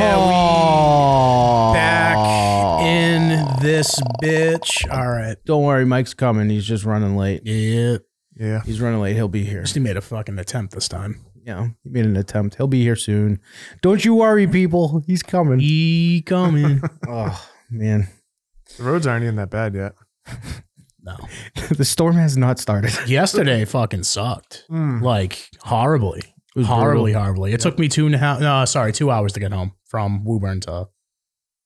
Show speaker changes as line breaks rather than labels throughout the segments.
Yeah, we back
Oh.
in this bitch. All right.
Don't worry, Mike's coming. He's just running late.
Yeah.
Yeah.
He's running late. He'll be here.
He made a fucking attempt this time.
You know, he made an attempt. He'll be here soon. Don't you worry, people. He's coming.
He coming.
oh man,
The roads aren't even that bad yet.
no.
the storm has not started.
Yesterday fucking sucked.
Mm.
Like horribly.
was
Horribly, horribly. It took me two and a half no, sorry, two hours to get home from Woburn to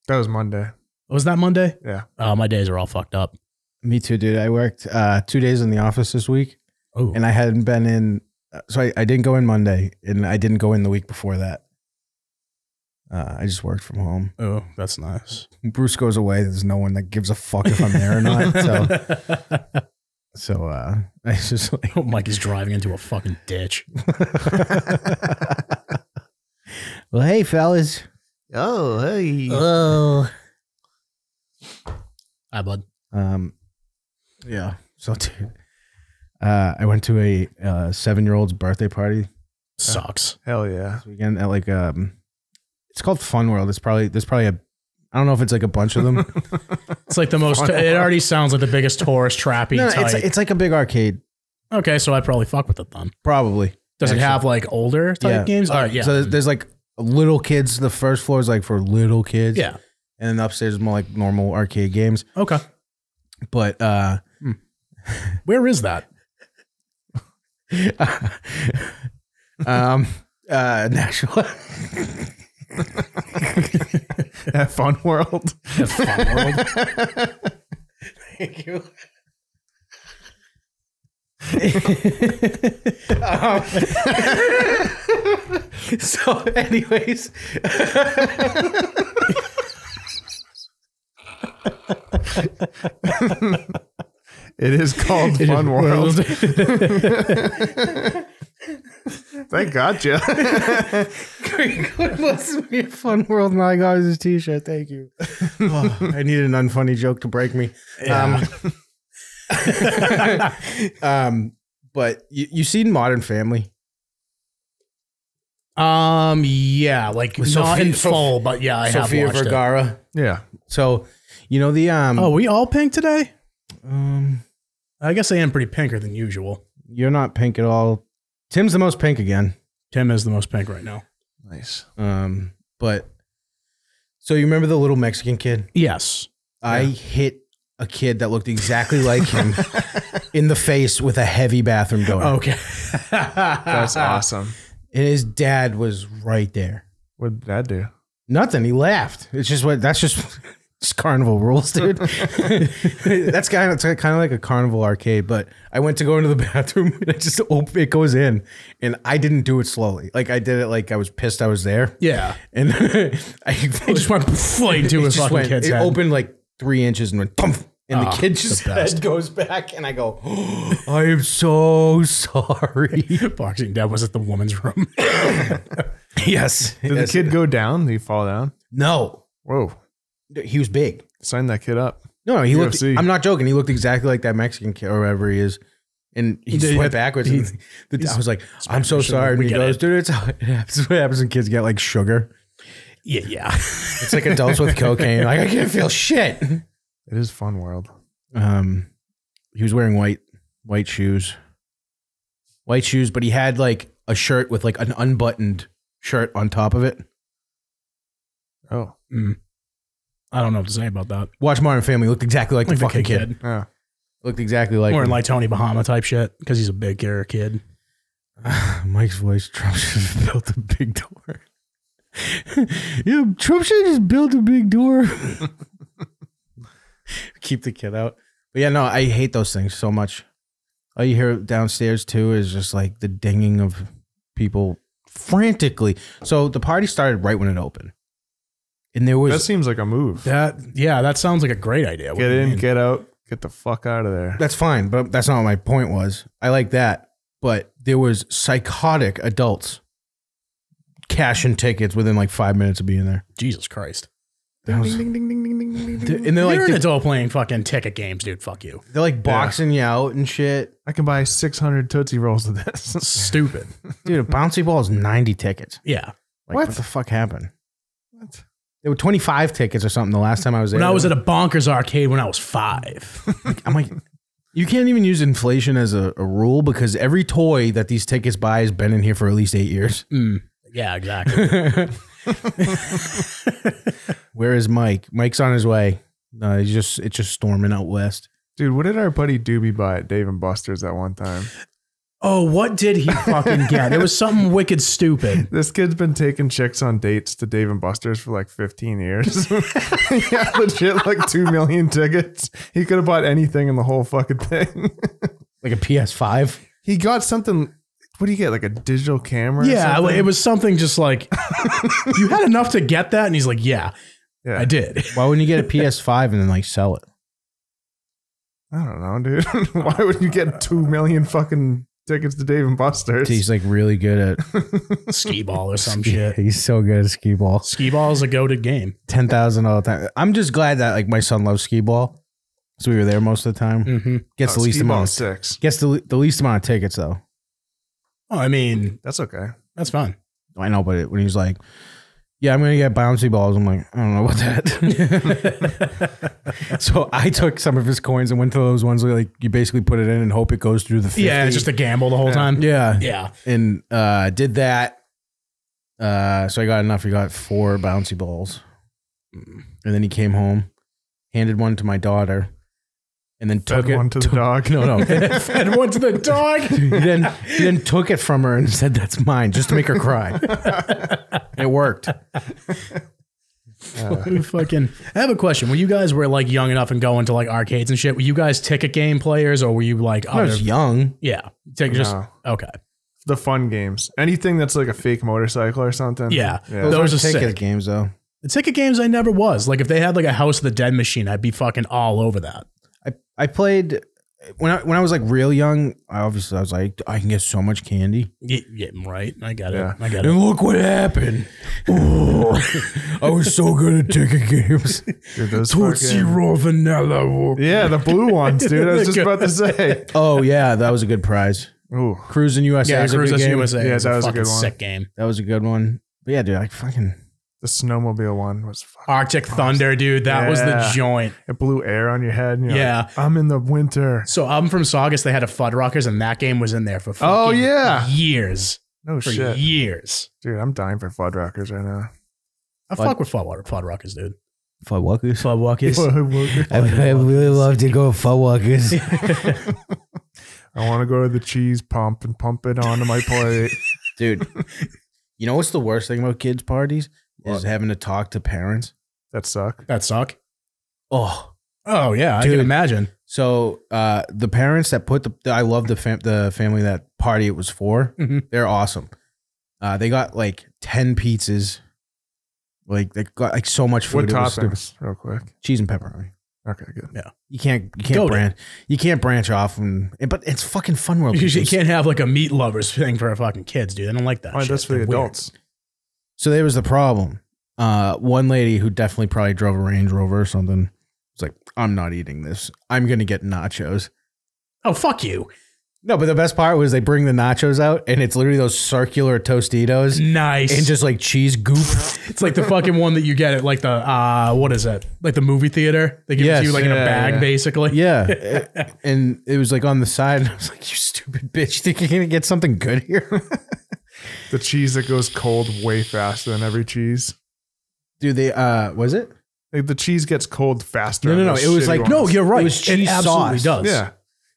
That was Monday.
was that Monday?
Yeah.
Uh, my days are all fucked up.
Me too, dude. I worked uh, two days in the office this week,
Oh
and I hadn't been in. uh, So I, I didn't go in Monday, and I didn't go in the week before that. Uh, I just worked from home.
oh, that's nice.
Bruce goes away. There's no one that gives a fuck if I'm there or not. So, so uh, I just like
Mike is driving into a fucking ditch.
Well, hey, fellas.
Oh, hey.
Oh. Hi, bud.
Um, yeah. So, dude, uh, I went to a uh, seven-year-old's birthday party
Sucks.
Hell yeah.
this weekend at like um, it's called Fun World. It's probably there's probably a I don't know if it's like a bunch of them. no,
It's like the most. It already sounds like the biggest tourist trappy
no,
type.
it's it's like a big arcade,
okay, so I probably fuck with it then.
probably.
Does it
Actually.
have like older type
Yeah.
games? All right, yeah,
So there's, there's like little kids. The first floor is like for little kids.
yeah.
And then upstairs is more like normal arcade games.
Okay,
But uh,
where is that?
um, uh, Nashville.
At Fun World.
Thank you. Um, so, anyways,
It is called Fun World. Thank God, you.
God bless me, Fun World. Now I got his T-shirt. Thank you. Oh, I need an unfunny joke to break me. Um, um, but you, you seen Modern Family?
Um, yeah, like
With
not in
Sophia- Sof-
full, but yeah, I have
Sofia
watched it.
Vergara.
Yeah.
So, you know the um,
Oh, we all pink today?
um,
I guess I am pretty pinker than usual.
you're not pink at all. Tim's the most pink again.
Tim is the most pink right now.
Nice.
Um, but so you remember the little Mexican kid?
Yes.
I hit a kid that looked exactly like him in the face with a heavy bathroom door.
Okay.
That's awesome.
And his dad was right there.
What did that do?
Nothing. He laughed. It's just what that's just it's carnival rules, dude. that's kind of kind of like a carnival arcade. But I went to go into the bathroom and I just open it goes in, and I didn't do it slowly. Like I did it like I was pissed I was there,
Yeah.
and I,
It just went right into his fucking
went-
kid's
it
head.
opened like three inches and went thump, and the
Ah,
kid just
the best.
head goes back, and I go, I am so sorry.
Boxing Dad was at the woman's room.
yes,
Did the
Yes.
kid go down? Did he fall down?
No,
Whoa.
he was big.
Sign that kid up.
No, he looked.
UFC.
I'm not joking. He looked exactly like that Mexican kid or whatever he is, and he just
He-
went backwards. and
he's-
the- I was like, "I'm so
Spanish,
sorry." And
we
he
get
goes,
it.
"Dude, it's how it happens. What happens when kids get like sugar?
yeah, yeah.
It's like adults with cocaine. Like I can't feel shit."
It is Fun World.
Um, he was wearing white white shoes, white shoes, but he had like a shirt with like an unbuttoned shirt on top of it.
Oh.
Mm. I don't know what to say about that.
Watch Modern Family. Looked exactly like,
Like
the fucking kid.
Yeah.
Looked exactly like.
Or in
him.
like Tony Bahama type shit because he's a big gear kid.
Mike's voice. Trump should have built a big door. yeah, Trump should have just built a big door. Keep the kid out. But yeah, no, I hate those things so much. All you hear downstairs too is just like the dinging of people frantically. So the party started right when it opened, and there was
That seems like a move.
That yeah, that sounds like a great idea. What
get
do you
in,
mean?
get out, get the fuck out of there.
That's fine, but that's not what my point was. I like that, but there was psychotic adults cashing tickets within like five minutes of being there,
Jesus Christ.
That was-
Ding, ding, ding, ding, ding, ding, ding,
They're-
ding.
and they're
You're
like
an
they're,
adult playing fucking ticket games, dude. Fuck you.
they're, like boxing you out and shit.
I can buy 600 Tootsie Rolls with this.
Stupid.
Dude, a bouncy ball is ninety tickets.
Yeah.
Like, what?
What?
the fuck happened?
What?
There were 25 tickets or something the last time I was there.
When I was at a bonkers arcade when I was five.
I'm like, you can't even use inflation as a, a rule because every toy that these tickets buy has been in here for at least eight years.
yeah, exactly.
Where is Mike? Mike's on his way. Uh, he's just it's just storming out west.
Dude, what did our buddy Doobie buy at Dave and Buster's that one time?
Oh, what did he fucking get? It was something wicked stupid.
This kid's been taking chicks on dates to Dave and Buster's for like 15 years. yeah, legit like 2 million tickets. He could have bought anything in the whole fucking thing.
Like a PS5.
he got something. What do you get? Like a digital camera? or
Yeah,
something?
it was something just like you had enough to get that, and he's like, "Yeah,
Yeah.
I did."
Why wouldn't you get a PS5 and then like sell it?
I don't know, dude. Why would you get 2 million fucking tickets to Dave and Buster's?
He's like really good at
Skee ball or some shit.
He's so good at skee ball.
Skee ball is a goaded game.
Ten thousand all the time. I'm just glad that like my son loves skee ball, so we were there most of the time.
Mm-hmm.
Gets the least amount. Of,
Six.
gets the, the least amount of tickets though.
Oh, I mean,
That's okay.
that's fun.
I know, but it, when he's like, "Yeah, I'm gonna get bouncy balls," I'm like, I don't know about that. so I took some of his coins and went to those ones where like you basically put it in and hope it goes through the 50.
Yeah, it's just a gamble the whole time.
yeah,
Yeah.
and uh, did that. Uh, so I got enough. He got four bouncy balls, and then he came home, handed one to my daughter, and then took
Took
it.
one to the dog.
no, no. he
Fed one to the dog.
then he then took it from her and said, "That's mine," just to make her cry. it worked.
Who fucking. I have a question. When you guys were like young enough and going to like arcades and shit, were you guys ticket game players or were you like
I
other?
was young.
yeah, take just
No.
okay.
The fun games. Anything that's like a fake motorcycle or something.
Yeah,
Yeah.
those,
Those,
are
are ticket
sick.
games, though.
The ticket games I never was. Like if they had like a House of the Dead machine, I'd be fucking all over that.
I I played when I when I was like real young. I obviously I was like, I can get so much candy.
Yeah, yeah, right. I got
Yeah.
it. I got it.
And look what happened. Oh, I was so good at ticket games.
Dude, those
Tootsie
fucking-
Roll Vanilla.
Yeah, the blue ones, dude. I was just about to say.
Oh yeah, that was a good prize.
Ooh,
Cruising USA.
Yeah,
is a good
Cruise
game.
USA.
Yeah,
is
that was a
fucking
good one.
sick game.
That was a good one. But yeah, dude, I fucking
the snowmobile one was. Fucking,
Arctic Thunder, dude. That was the
Yeah.
joint.
it blew air on your head. And you're
Yeah.
like, I'm in the winter.
So I'm from Saugus. They had a Fuddruckers, and that game was in there for
Oh,
fucking
yeah.
years
No
for
shit,
years.
dude. I'm dying for Fuddruckers right now.
I
Fud-
fuck with Fuddruckers, Fuddruckers, dude.
fun walkers.
Fuddruckers.
I
I, I really love to go fun walkers.
want to go to the cheese pump and pump it onto my plate.
dude. You know what's the worst thing about kids' parties is having to talk to parents.
that suck.
That suck.
Oh,
Oh yeah, I
Dude.
can imagine.
So uh, the parents that put the I love the fam- the family that party it was for.
Mhm.
They're awesome. Uh, they got like ten pizzas. Like they got like so much
What
food. It was stupid.
toppings? Real quick.
Cheese and pepperoni.
Okay, good.
You can't you
Go
can't
to-
branch you can't branch off and and- but it's fucking fun world.
You,
Pizza.
can't have like a meat lovers thing for fucking kids, dude. I don't like that.
All right,
Ah, shit.
that's for the
They're weird.
adults.
So there was the problem. Uh, one lady who definitely probably drove a Range Rover or something was like, "I'm not eating this. I'm gonna get nachos."
Oh fuck you.
No, but the best part was they bring the nachos out and it's literally those circular Tostitos.
Nice.
and just like cheese goop.
it's like the fucking one that you get at like the uh what is it? Like the movie theater. They give it
Yes.
to you like in a
Yeah,
bag
yeah.
basically.
yeah. and it was like on the side. And I was like, you stupid bitch, think you're going to get something good here?
The cheese that goes cold way faster than every cheese.
Dude, they, uh, was it?
Like the cheese gets cold faster.
No, no,
on
no,
those
it was
shitty
like-
ones.
No, you're right.
It was cheese
absolutely
sauce.
does.
yeah,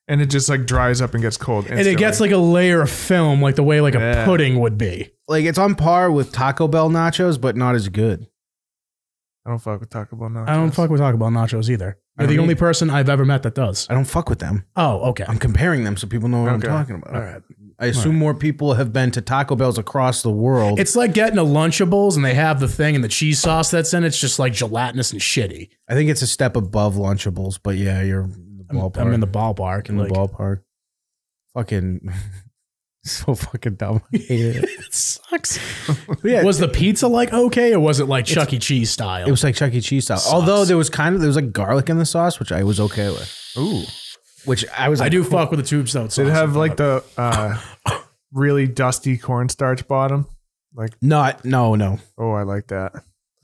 and it just like dries up and gets cold.
And it gets like a layer of film, like the way like a
Yeah.
pudding would be.
Like it's on par with Taco Bell nachos, but not as good.
I don't fuck with Taco Bell now.
I don't fuck with Taco Bell nachos either.
I
You're the
don't
only person I've ever met that does.
I don't fuck with them.
Oh, okay.
I'm comparing them so people know what
Okay.
I'm talking about.
All right.
I assume more people have been to Taco Bells across the world.
It's like getting a Lunchables and they have the thing and the cheese sauce that's in it's just like gelatinous and shitty.
I think it's a step above Lunchables, but yeah, you're in the
I'm,
ballpark.
I'm in the ballpark
in
and
the
like,
ballpark. Fucking so fucking dumb. I hate it.
it sucks.
But yeah,
was the pizza like okay or was it like Chuck E. Cheese style?
It was like Chuck E. Cheese style.
Sauce.
Although there was kind of there was like garlic in the sauce, which I was okay with.
Ooh,
Which I was.
I
like,
do fuck with the tube sauce.
did it have like the uh, really dusty cornstarch bottom? Like,
not. No, no.
oh, I like that.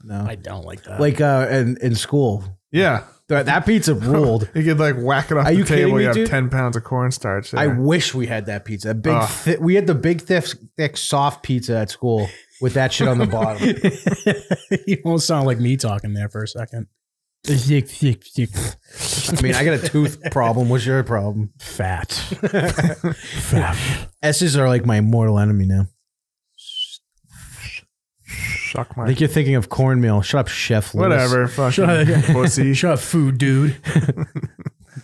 No.
I don't like that.
Like uh, in in school,
Yeah.
that, that pizza ruled.
You could like whack it off
Are
the
you kidding
table.
me,
you have
dude?
10 pounds of cornstarch.
I
There.
wish we had that pizza. A big,
Ugh.
thi- we had the big, thick, thick, soft pizza at school with that shit on the bottom.
you almost sound like me talking there for a second.
I mean, I got a tooth problem. What's your problem?
Fat. Fat.
S's are like my mortal enemy now.
Suck
I
my.
think you're thinking of cornmeal. Shut up, Chef. Lewis.
Whatever. Fucking
Shut up.
pussy.
Shut up, food dude.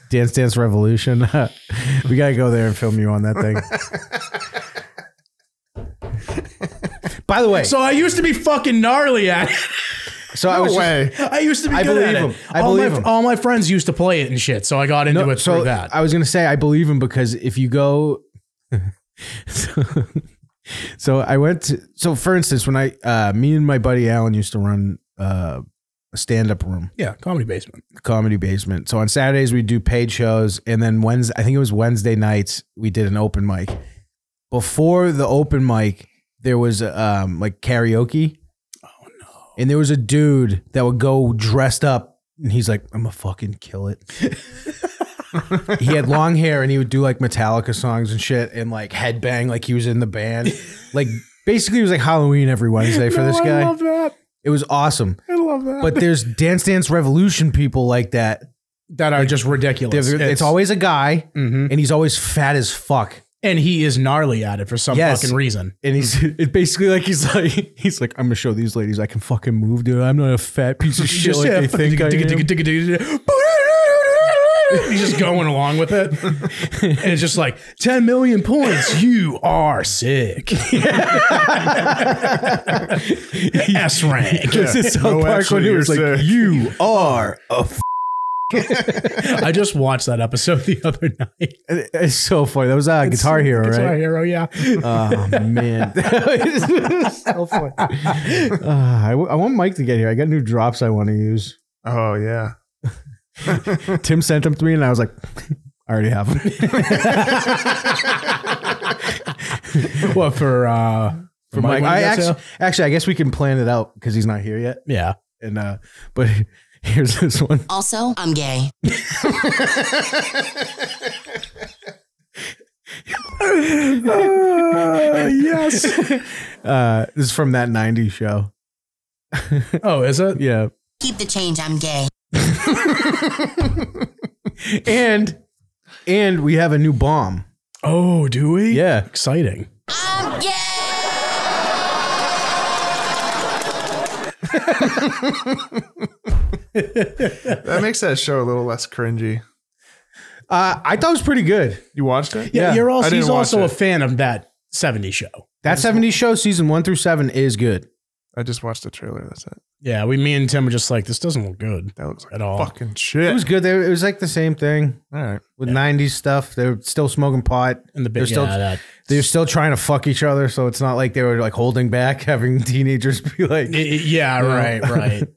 Dance Dance Revolution. we gotta go there and film you on that thing. By the way, so,
So I used to be fucking gnarly at it.
I
No
was just-
way.
I used to be
I
good at
believe
it.
him. I
all,
believe
my,
him.
all my friends used to play it and shit, so I got into
No,
it
so
through that.
I was gonna say I believe him because if you go, so, so I went. To, so for instance, when I, uh, me and my buddy Alan used to run uh, a stand-up room,
yeah, comedy basement.
comedy basement. So on Saturdays we do paid shows, and then Wednesday, I think it was Wednesday nights, we did an open mic. Before the open mic, there was um, like karaoke. Oh no! And there was a dude that would go dressed up, and he's like, "I'm gonna fucking kill it." he had long hair and he would do like Metallica songs and shit and like headbang like he was in the band. Like basically it was like Halloween every Wednesday for
Oh,
this guy.
I love that.
it was awesome.
I love that.
But there's Dance Dance Revolution people like that.
That are just ridiculous.
There's- It's, Mm-hmm. always a guy
Mhm.
and he's always fat as fuck.
and he is gnarly at it for some
Yes.
fucking reason.
And he's it basically like he's like he's like I'm gonna show these ladies I can fucking move, dude. I'm not a fat piece of shit like they think I am.
He's just going along with it. And it's just like 10 million points. You are sick. S rank.
This is South
No,
Park
actually,
when he was
you're
like,
sick.
"You are a
I just watched that episode the other night.
It- It's so funny. That was uh, Guitar Hero,
Guitar
right?
Hero, yeah.
Oh man, so funny. Uh, I, w- I want Mike to get here. I got new drops I want to use.
oh, yeah.
Tim sent them to me, and I was like, I already have them.
What for? uh
For
Mike
Mike,
when he
I
gets
actually, actually, I guess we can plan it out because he's not here yet.
Yeah.
And uh, but here's this one.
Also, I'm gay.
Uh, yes, uh, this is from that '90s show.
Oh, is it?
Yeah,
Keep the change, I'm gay.
and and we have a new bomb.
Oh, do we?
Yeah.
Exciting.
I'm gay!
That makes that show a little less cringy.
Uh, I thought it was pretty good.
You watched it?
Yeah,
Yeah,
you're also
I didn't
he's
watch
also
it.
a fan of that 70 show.
That 70s show, season one through seven, is good.
I just watched the trailer. That's it.
Yeah, we me and Tim were just like, this doesn't look good.
That looks like
At all.
fucking
It
shit.
was good. They- It was like the same thing
all right.
with 90s stuff. They were still smoking pot.
And the
They're
bit
still-
yeah, that
They were still trying to fuck each other. So it's not like they were like holding back, having teenagers be like,
I- I- yeah, right, right.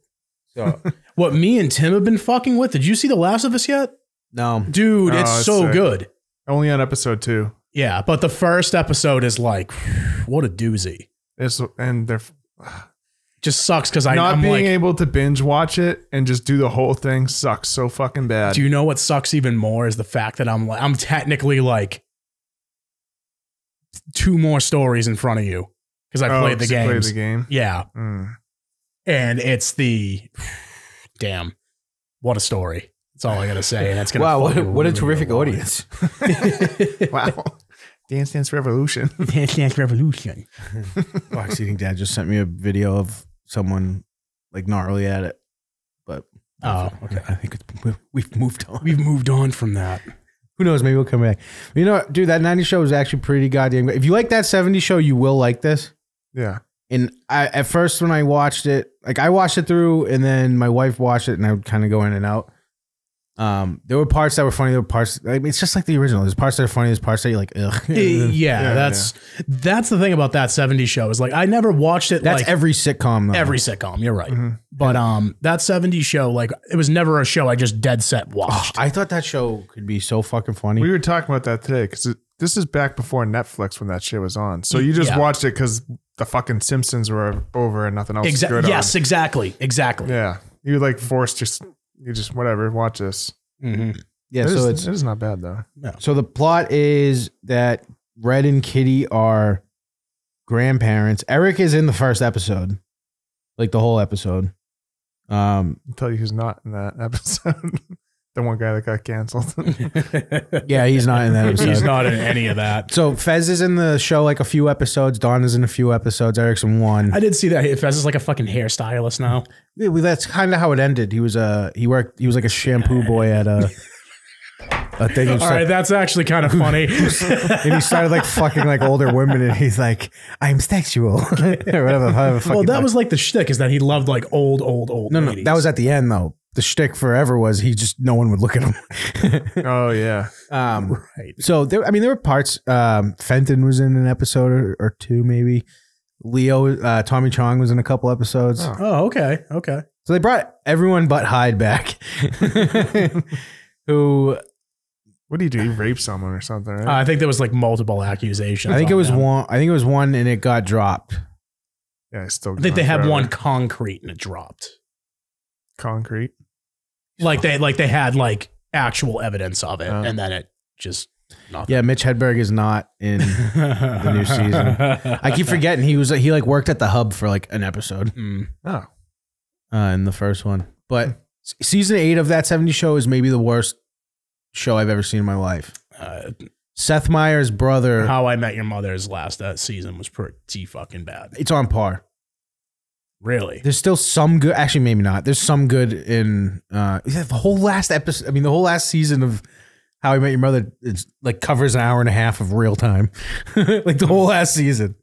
so, what me and Tim have been fucking with? Did you see The Last of Us yet,
no.
dude?
Oh,
it's,
it's
so
sick.
good.
Only on episode two.
Yeah, but the first episode is like, what a doozy.
It's and they're
Just sucks because I'm
not being
like,
able to binge watch it and just do the whole thing sucks so fucking bad.
do you know what sucks even more is the fact that I'm like, I'm technically like two more stories in front of you because I
Oh,
played the
so you
games.
played the game.
Yeah,
Mm.
and it's the damn what a story that's all i gotta say and that's gonna
Wow, what a,
fucking
what a
ruin
terrific
your life.
audience.
Wow. Dance Dance Revolution.
Dance Dance revolution
Fox Eating Dad just sent me a video of someone like gnarly at it. But
Oh, okay.
I think it's, we've moved on.
we've moved on from that
Who knows? Maybe we'll come back. You know, what, dude, that 90s show was actually pretty goddamn good. If you like that 70s show, you will like this.
Yeah.
And I at first when I watched it, like I watched it through, and then my wife watched it, and I would kind of go in and out. Um, there were parts that were funny. There were parts. I mean, it's just like the original. There's parts that are funny. There's parts that you're like, ugh.
yeah, that's that's the thing about that 70s show is like i never watched it
That's
like
every sitcom. Mm-hmm. Though.
every sitcom you're right but um that 70s show like it was never a show i just dead set watched
Oh, I thought that show could be so fucking funny.
We were talking about that today because this is back before Netflix when that shit was on. So you just
Yeah.
watched it because the fucking Simpsons were over and nothing else was
Exactly.
good
Yes,
on.
exactly. Exactly.
Yeah. You like forced just you just whatever, watch this.
Yeah, Mm-hmm.
It
so
is-
it's
it is not bad though.
so the plot is that Red and Kitty are grandparents. Eric is in the first episode, like the whole episode. Um,
I'll tell you who's not in that episode. the one guy that got canceled.
yeah, he's not in that episode.
He's not in any of that.
So Fez is in the show like a few episodes. Don is in a few episodes. Eric's in one.
I did see that. Fez is like a fucking hairstylist now.
Yeah, well, that's kind of how it ended. He was a he worked. He was like a shampoo boy at a a thing. He was
All right,
like-
that's actually kind of funny.
and he started like fucking like older women, and he's like, "I'm sexual," or whatever. however fucking-
well, that was like the shtick is that he loved like old, old, old.
no, no.
ladies.
That was at the end though. The shtick forever was he just no one would look at him.
oh yeah.
um,
right.
so there, I mean, there were parts. Um, Fenton was in an episode or, or two, maybe. Leo, uh, Tommy Chong was in a couple episodes.
Oh.
Oh, okay, okay.
So they brought everyone but Hyde back, who
What do you do? You rape someone or something,
Uh,
right?
I think there was like multiple accusations.
I think
on
it was
them.
one. I think it was one, and it got dropped.
yeah, it's still
I think they
gone
had
forever.
one concrete and it dropped.
concrete.
Like they like they had like actual evidence of it,
Oh.
Uh.
and then it just nothing.
Yeah, Mitch Hedberg is not in.
the
new season. I keep forgetting he was he like worked at the hub for like an episode
Mm.
Oh.
uh, in the first one, but s- season eight of that seventy show is maybe the worst show I've ever seen in my life.
Uh,
Seth Meyers' brother,
How I Met Your Mother's last uh, season was pretty fucking bad.
it's on par.
Really?
There's still some good. Actually, maybe not. There's some good in uh, yeah, the whole last episode. I mean, the whole last season of How I Met Your Mother is like covers an hour and a half of real time, like the whole last season.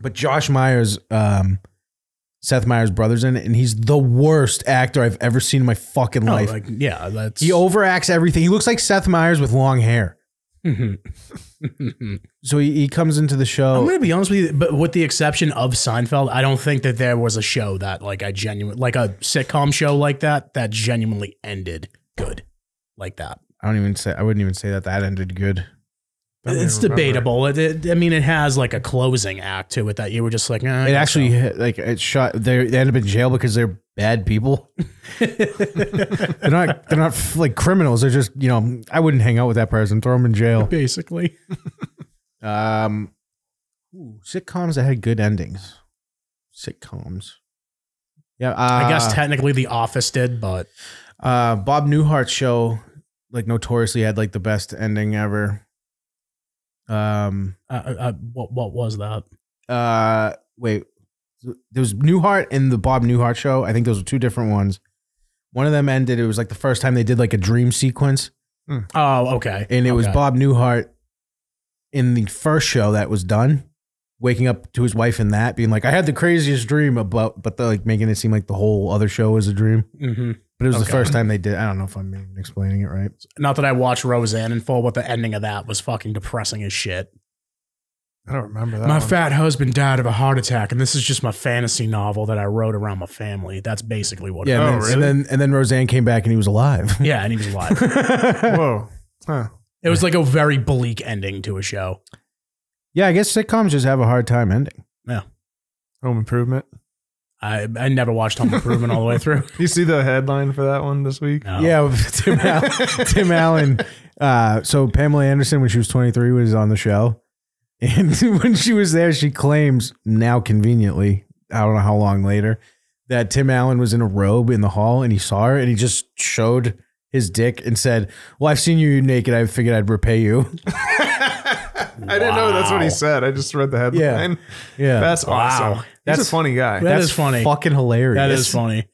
But Josh Myers, um, Seth Myers' brother's in it, and he's the worst actor I've ever seen in my fucking
No,
life.
Oh, like yeah, that's
he overacts everything. He looks like Seth Myers with long hair.
Mhm.
So he, he comes into the
I'm
show.
gonna be honest with you, but with the exception of Seinfeld, I don't think that there was a show that like I genuine like a sitcom show like that that genuinely ended good like that.
I don't even say. I wouldn't even say that that ended good.
Don't even
it's
remember.
debatable. It, it- I mean, it has like a closing act to it that you were just like, eh, I
It
guess
actually
so.
hit, like it shot. They they end up in jail because they're bad people. they're not. They're not like criminals. They're just you know. I wouldn't hang out with that person. Throw them in jail.
basically.
Um, ooh, sitcoms that had good endings. Sitcoms. Yeah, uh,
I guess technically The Office did, but
uh, Bob Newhart's show, like notoriously, had like the best ending ever. Um.
uh, uh, what what was that?
uh wait there was Newhart and the Bob Newhart show. I think those were two different ones. One of them ended. It was like the first time they did like a dream sequence,
Oh, okay.
and it was
Okay.
Bob Newhart in the first show that was done, waking up to his wife in that, being like, "I had the craziest dream about," but the, like making it seem like the whole other show was a dream.
Mhm.
But it was
Okay.
the first time they did. I don't know if I'm even explaining it right.
Not that I watched Roseanne in full, but the ending of that was fucking depressing as shit.
I don't remember that.
my
one.
fat husband died of a heart attack, and this is just my fantasy novel that I wrote around my family. That's basically what.
Yeah,
It
Oh,
and, then, and
really?
then and then Roseanne came back and he was alive.
is. yeah, and he was alive.
Whoa. Huh.
it was like a very bleak ending to a show.
yeah, I guess sitcoms just have a hard time ending.
Home improvement.
I I never watched Home Improvement all the way through.
You see the headline for that one this week?
No.
Yeah, with Tim Allen. Tim Allen. Uh, so Pamela Anderson, when she was 23, was on the show, and when she was there, she claims now conveniently, I don't know how long later, that Tim Allen was in a robe in the hall and he saw her and he just showed his dick and said, "Well, I've seen you naked. I figured I'd repay you."
I didn't know that's what
Wow.
he said. I just read the headline.
Yeah,
That's
Wow.
awesome. That's
That's-
a funny guy.
that is funny.
Fucking hilarious.
that is funny.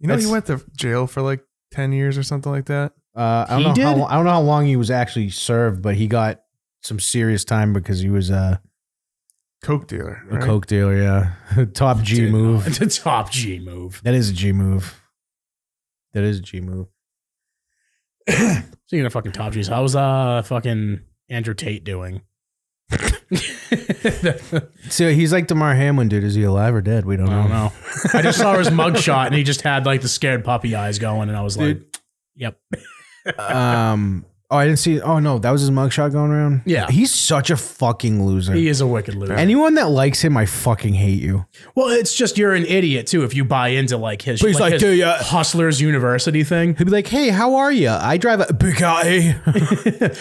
you know, he
that's-
went to jail for like 10 years or something like that.
Uh, I don't
He
know how
did?
I don't know how long he was actually served, but he got some serious time because he was uh,
Coke dealer.
a
right?
coke dealer. Yeah, top G
Dude,
move.
It's a top G move.
That is a G move. That is a G move.
Speaking of fucking top G's, how's uh fucking Andrew Tate doing? I
So he's like Damar Hamlin, dude. Is he alive or dead? We don't,
don't
know.
know. I just saw his mugshot, and he just had like the scared puppy eyes going, and I was like, "Yep,
Um, Oh, I didn't see. Oh no, that was his mugshot going around.
Yeah.
he's such a fucking loser.
He is a wicked loser.
Anyone that likes him, I fucking hate you.
well, it's just you're an idiot too if you buy into like his,
he's like,
his
"Dude, yeah."
hustlers university thing.
He'd be like, "Hey, how are you? I drive a Bugatti."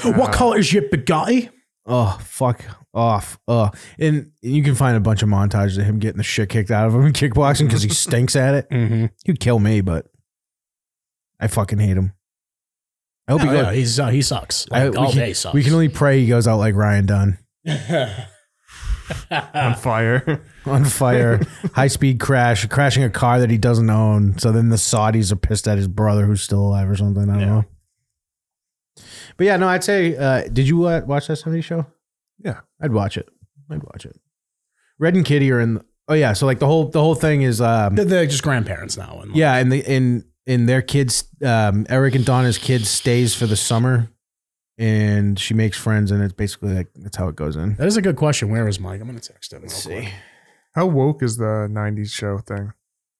Uh-huh.
what color is your Bugatti?
oh, fuck off. Oh, and you can find a bunch of montages of him getting the shit kicked out of him in kickboxing because he stinks at it.
Mm-hmm.
He'd kill me, but I fucking hate him. I hope he goes.
he's uh, he sucks.
I-
Like,
we
all
can-
day sucks.
we can only pray he goes out like Ryan Dunn.
on fire.
on fire, high speed crash, crashing a car that he doesn't own. So then the Saudis are pissed at his brother who's still alive or something. I don't
Yeah.
know. But yeah, no, I'd say. Uh, did you uh, watch that '70s show?
Yeah.
I'd watch it. I'd watch it. Red and Kitty are in. oh yeah, so like the whole the whole thing is. Um,
They're, they're just grandparents now. And like,
yeah, and the in in their kids, um, Eric and Donna's kids stays for the summer, and she makes friends, and it's basically like that's how it goes in.
that is a good question. Where is Mike? I'm gonna text him.
Let's
real quick.
see.
How woke is the '90s show thing?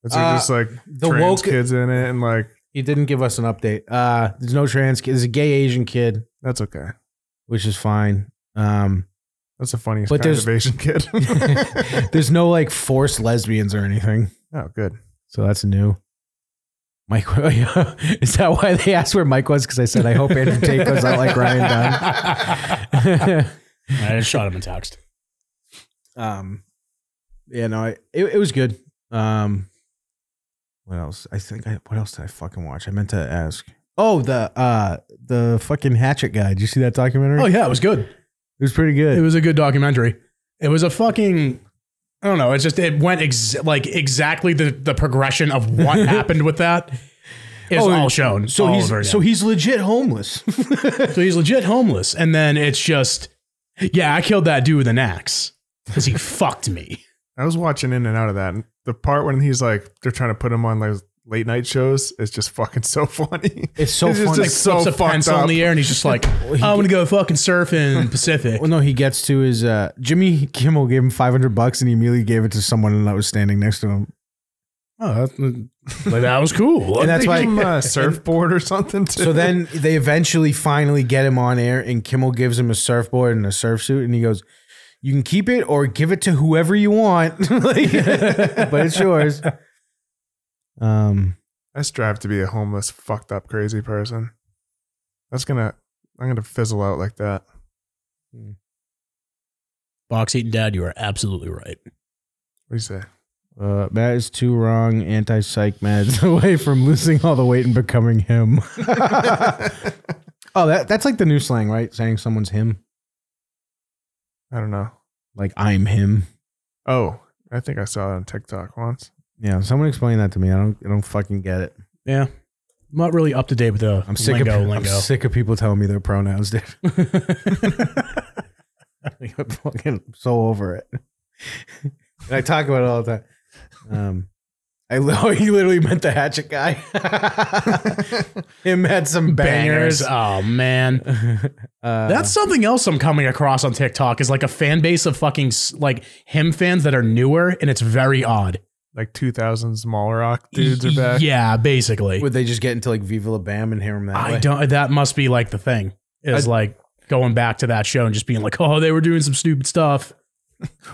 It's
Uh,
just like
the
trans
woke-
kids in it, and like
He didn't give us an update. Uh, there's no trans kid. There's a gay Asian kid.
that's okay.
which is fine. Um,
That's the funniest
But
but
there's-
kind of Asian kid.
there's no like forced lesbians or anything,
oh, good.
so that's new. Mike, is that why they asked where Mike was? Because I said I hope Andrew Tate goes out like Ryan
I just shot him a text.
Dunn. um, yeah, no, I, it, it was good. Um, what else? I think I what else did I fucking watch? I meant to ask. Oh, the uh, the fucking Hatchet guy. Did you see that documentary?
Oh
it
yeah, it was good.
was pretty
It
good.
was a good documentary. It was a fucking. I don't know. It's just it went ex- like exactly the the progression of what happened with that is
Oh,
all shown.
so
all
he's
over again.
so he's legit homeless.
So he's legit homeless, and then it's just, yeah, I killed that dude with an axe because he fucked me.
I was watching in and out of that. And the part when he's like, they're trying to put him on like late night shows is just fucking so funny.
It's so
It's just
funny.
a
Like,
so
Flips a
fucked
pencil
up.
in the air, and he's just like, I'm gonna go fucking surf in Pacific.
Well, no, he gets to his uh, Jimmy Kimmel gave him five hundred bucks, and he immediately gave it to someone that was standing next to him.
Oh, that, like, that was cool.
And that's
They
why-
give him a surfboard or something. Too.
So then they eventually finally get him on air, and Kimmel gives him a surfboard and a surf suit, and he goes, "You can keep it or give it to whoever you want, Like, but it's yours." Um,
I strive to be a homeless, fucked up, crazy person. That's gonna, I'm gonna fizzle out like that.
Box eating dad, you are absolutely right.
What do you say?
uh, that is too wrong. Anti psych meds away from losing all the weight and becoming him. oh, that that's like the new slang, right? Saying someone's him,
I don't know.
like I'm him.
Oh, I think I saw it on TikTok once.
Yeah, someone explain that to me. I don't, I don't fucking get it.
Yeah, I'm not really up to date with the
I'm sick
lingo.
of
lingo.
I'm sick of people telling me their pronouns, dude. I'm fucking so over it. And I talk about it all the time. Um, I li- he literally meant the hatchet guy. Him had some
Bangers.
bangers.
Oh man.
Uh,
That's something else I'm coming across on TikTok is like a fan base of fucking s- like him fans that are newer, and it's very odd.
Like 2000s mall rock dudes are back.
Yeah, basically.
Um, would they just get into like Viva La Bam and hear him that
I
way?
don't. That must be like the thing is
I-
like going back to that show and just being like, oh, they were doing some stupid stuff.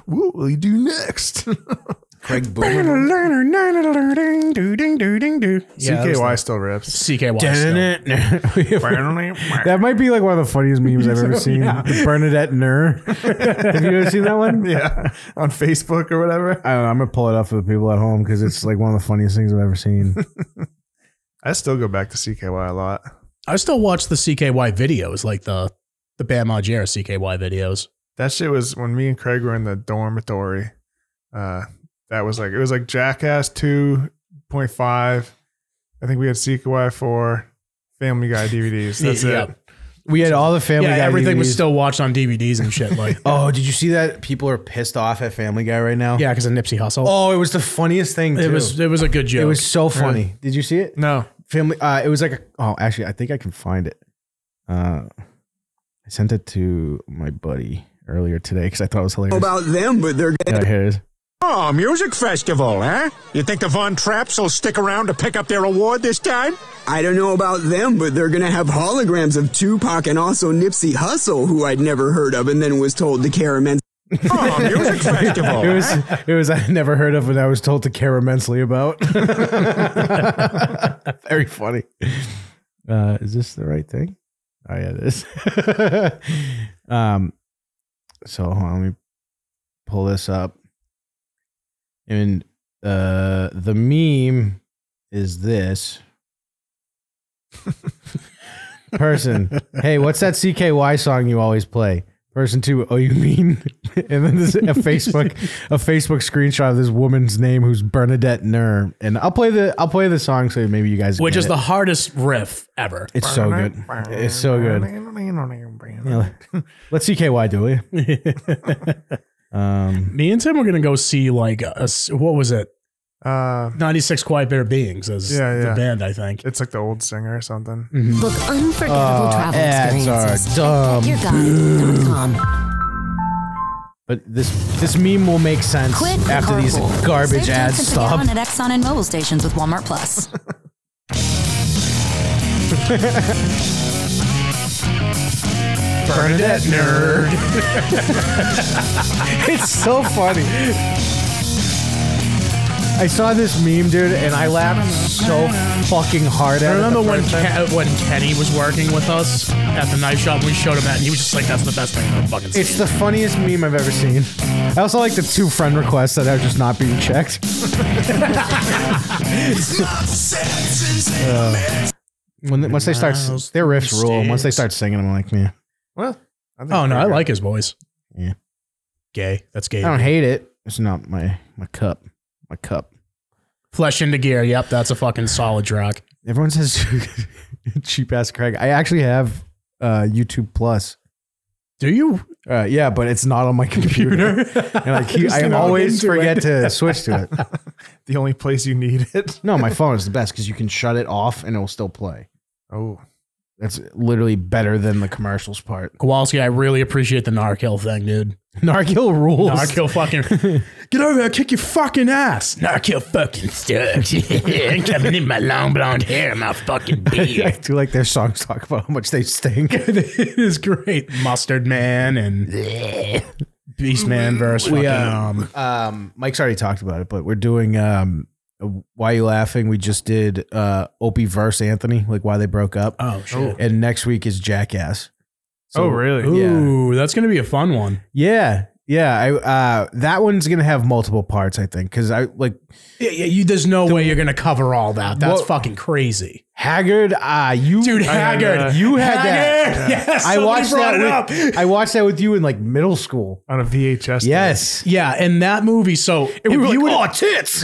What will you do next?
Craig Boomer.
Yeah, that
CKY
was
still rips.
CKY. still.
that
yeah,
might be like one of the funniest memes I've ever seen. The Bernadette Nur. Have you ever seen that one?
on Facebook or whatever.
I don't know, I'm gonna pull it up for the people at home because it's like one of the funniest things I've ever seen.
I still go back to CKY a lot.
I still watch the CKY videos, like the the Bam Margera CKY videos.
That shit was when me and Craig were in the dormitory. Uh, that was like it was like Jackass two point five. I think we had CKY four, Family Guy DVDs. That's
Yeah.
it.
We had all the Family
yeah,
Guy.
everything was
DVDs.
still watched on DVDs and shit. Like,
Oh, did you see that? People are pissed off at Family Guy right now.
yeah, because of Nipsey Hussle.
Oh, it was the funniest thing.
it
too.
was it was a good joke.
It was so funny. Did you see it?
No,
Family. Uh, it was like a. Oh, actually, I think I can find it. Uh, I sent it to my buddy earlier today because I thought it was hilarious.
about them, but they're
Yeah, here it is.
Oh, music festival, huh? You think the Von Trapps will stick around to pick up their award this time?
I don't know about them, but they're gonna have holograms of Tupac and also Nipsey Hussle, who I'd never heard of and then was told to care immensely.
Oh, music festival. eh?
It was it was I never heard of, and I was told to care immensely about. Very funny. Uh, is this the right thing? Oh yeah, this. um, so hold on, let me pull this up. And uh, the meme is this. Person, hey, what's that CKY song you always play? Person two, oh, you mean? And then there's a Facebook, a Facebook screenshot of this woman's name who's Bernadette Nur. And I'll play the, I'll play the song so maybe you guys.
which
get
is
it.
the hardest riff ever.
It's so good. It's so good. Yeah, Let's see KY do it. um,
Me and Tim were gonna go see like a, s- what was it?
Uh,
Ninety Six Quiet Bear Beings as
Yeah, yeah.
the band, I think.
it's like the old singer or something.
Mm.
Book unforgettable travel
Uh, ads are
experiences.
dumb,
YourGuide.com.
but this this meme will make sense
Quit the
after these
carpool.
garbage
Save
ads
cents a
stop.
gallon at Exxon and Mobil stations with Walmart Plus.
Bernadette nerd. it's so funny. I saw this meme, dude, and I laughed so fucking hard at
I
it.
remember
the
when
first time.
Ke- when Kenny was working with us at the knife shop. We showed him that, and he was just like, "That's the best thing I've fucking seen."
It's the funniest meme I've ever seen. I also like the two friend requests that are just not being checked. Uh, when once they start, their riffs rule. and Once they start singing, I'm like, man,
Well, I think
oh no, I
Craig-
like his voice.
Yeah.
gay. That's
I
gay.
don't hate it. It's not my my cup. My cup.
Flesh into gear. Yep, that's a fucking solid track.
Everyone says cheap ass Craig. I actually have uh, YouTube Plus.
Do you?
Uh, yeah, but it's not on my computer. and like, he, I
Just log
always
into
forget
it.
to switch to it.
the only place you need it.
No, my phone is the best because you can shut it off and it will still play.
Oh,
That's literally better than the commercials part.
Kowalski, I really appreciate the Narkill thing, dude.
Nargil rules.
Narkill fucking get over here, kick your fucking ass. Narkill fucking sucks. Coming in my long blonde hair, and my fucking
I
beard.
do like their songs talk about how much they stink.
it is great. Mustard Man and Beast Man versus
We,
fucking,
uh,
um,
Um, Mike's already talked about it, but we're doing um, Why You Laughing? We just did uh, Opie verse Anthony, like why they broke up.
oh shit.
And next week is Jackass.
oh really?
Ooh, that's gonna be a fun one.
Yeah. Yeah. I, uh, that one's going to have multiple parts, I think, because I like
Yeah, yeah, you, there's no way you're gonna cover all that. That's
What-
fucking crazy,
Haggard. Uh, you,
dude.
I-
Haggard,
you had that.
Haggard! Yes,
I watched
brought
that.
it up.
With, I watched that with you in like middle school.
On a VHS.
Yes.
Yeah, and that movie. So if you would,
tits.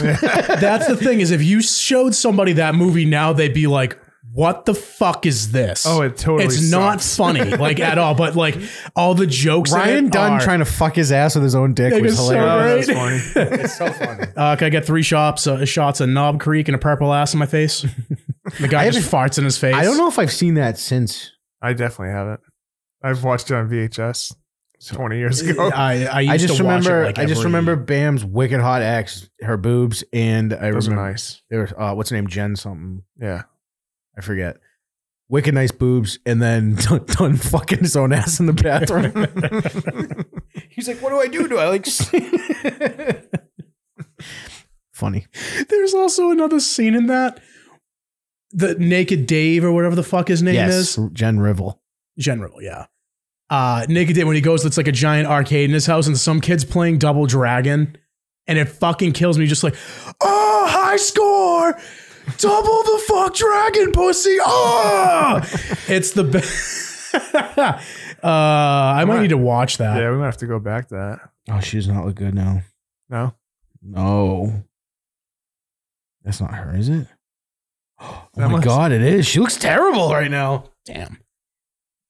that's the thing is, if you showed somebody that movie now, they'd be like, "What the fuck is this?"
Oh, it totally
It's not
sucks.
funny, like at all. But like all the jokes.
Ryan Dunn
trying
trying to fuck his ass with his own dick
That is
was
so
hilarious.
Oh, that's
Right.
funny.
It's so funny.
Uh, can I get three shots, uh, shots of Knob Creek and a purple ass in my face? The guy just farts in his face.
I don't know if I've seen that since.
I definitely haven't. I've watched it on VHS 20 years ago.
I, I, used
I just
to watch
remember.
It like
I just
every-
remember Bam's wicked hot ex, her boobs, and I
Those are
remember
nice.
there was uh, what's her name, Jen something.
Yeah.
I forget. Wicked nice boobs, and then Dunn, Dunn fucking his own ass in the bathroom. He's like, "What do I do? Do I like?" s-" Funny.
There's also another scene in that. The naked Dave or whatever the fuck his name is.
Jen Rivel.
General, yeah. Uh, naked Dave, when he goes, it's like a giant arcade in his house, and some kid's playing Double Dragon, and it fucking kills me. Just like, oh, high score, double the fuck dragon, pussy. Oh, it's the best. uh, I might need to watch that.
Yeah, we might have to go back to that.
Oh, she does not look good now.
No?
No. That's not her, is it? Oh
That
my
must-
god, it is. She looks terrible right now.
Damn.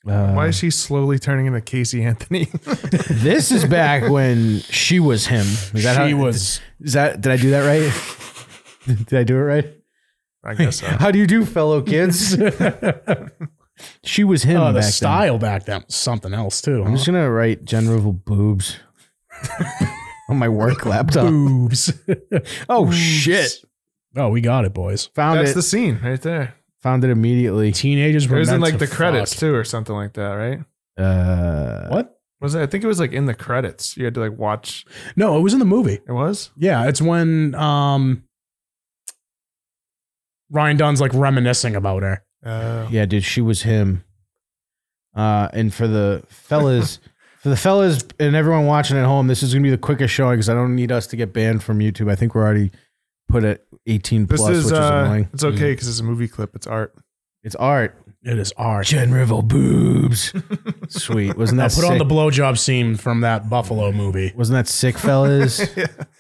Uh,
Why is she slowly turning into Casey Anthony?
this is back when she was him. Is that
she
how,
was.
Is that did I do that right? did I do it right?
I guess so.
How do you do, fellow kids? she was him.
Oh, the
back then.
style back then was something else too.
I'm
huh?
just gonna write Jen Rivel boobs. on my work laptop.
Boobs.
oh shit!
oh, we got it, boys.
Found
That's
it.
the scene right there.
found it immediately.
Teenagers
It
were
was in
meant
like
to
the credits
fuck.
too, or something like that, right?
Uh,
What?
Was it? I think it was like in the credits. You had to like watch.
No, it was in the movie.
It was.
Yeah, it's when um Ryan Dunn's like reminiscing about her.
Uh,
Yeah, dude, she was him. Uh, and for the fellas, for the fellas and everyone watching at home, this is gonna be the quickest showing because I don't need us to get banned from YouTube. I think we're already put at eighteen
this
plus,
is.
which is
Uh,
annoying.
it's okay because it's a movie clip. It's art.
It's art.
It is art.
Jen Rivel boobs. Sweet, wasn't
Now
that
put on
sick?
the blowjob scene from that Buffalo movie.
wasn't that sick, fellas?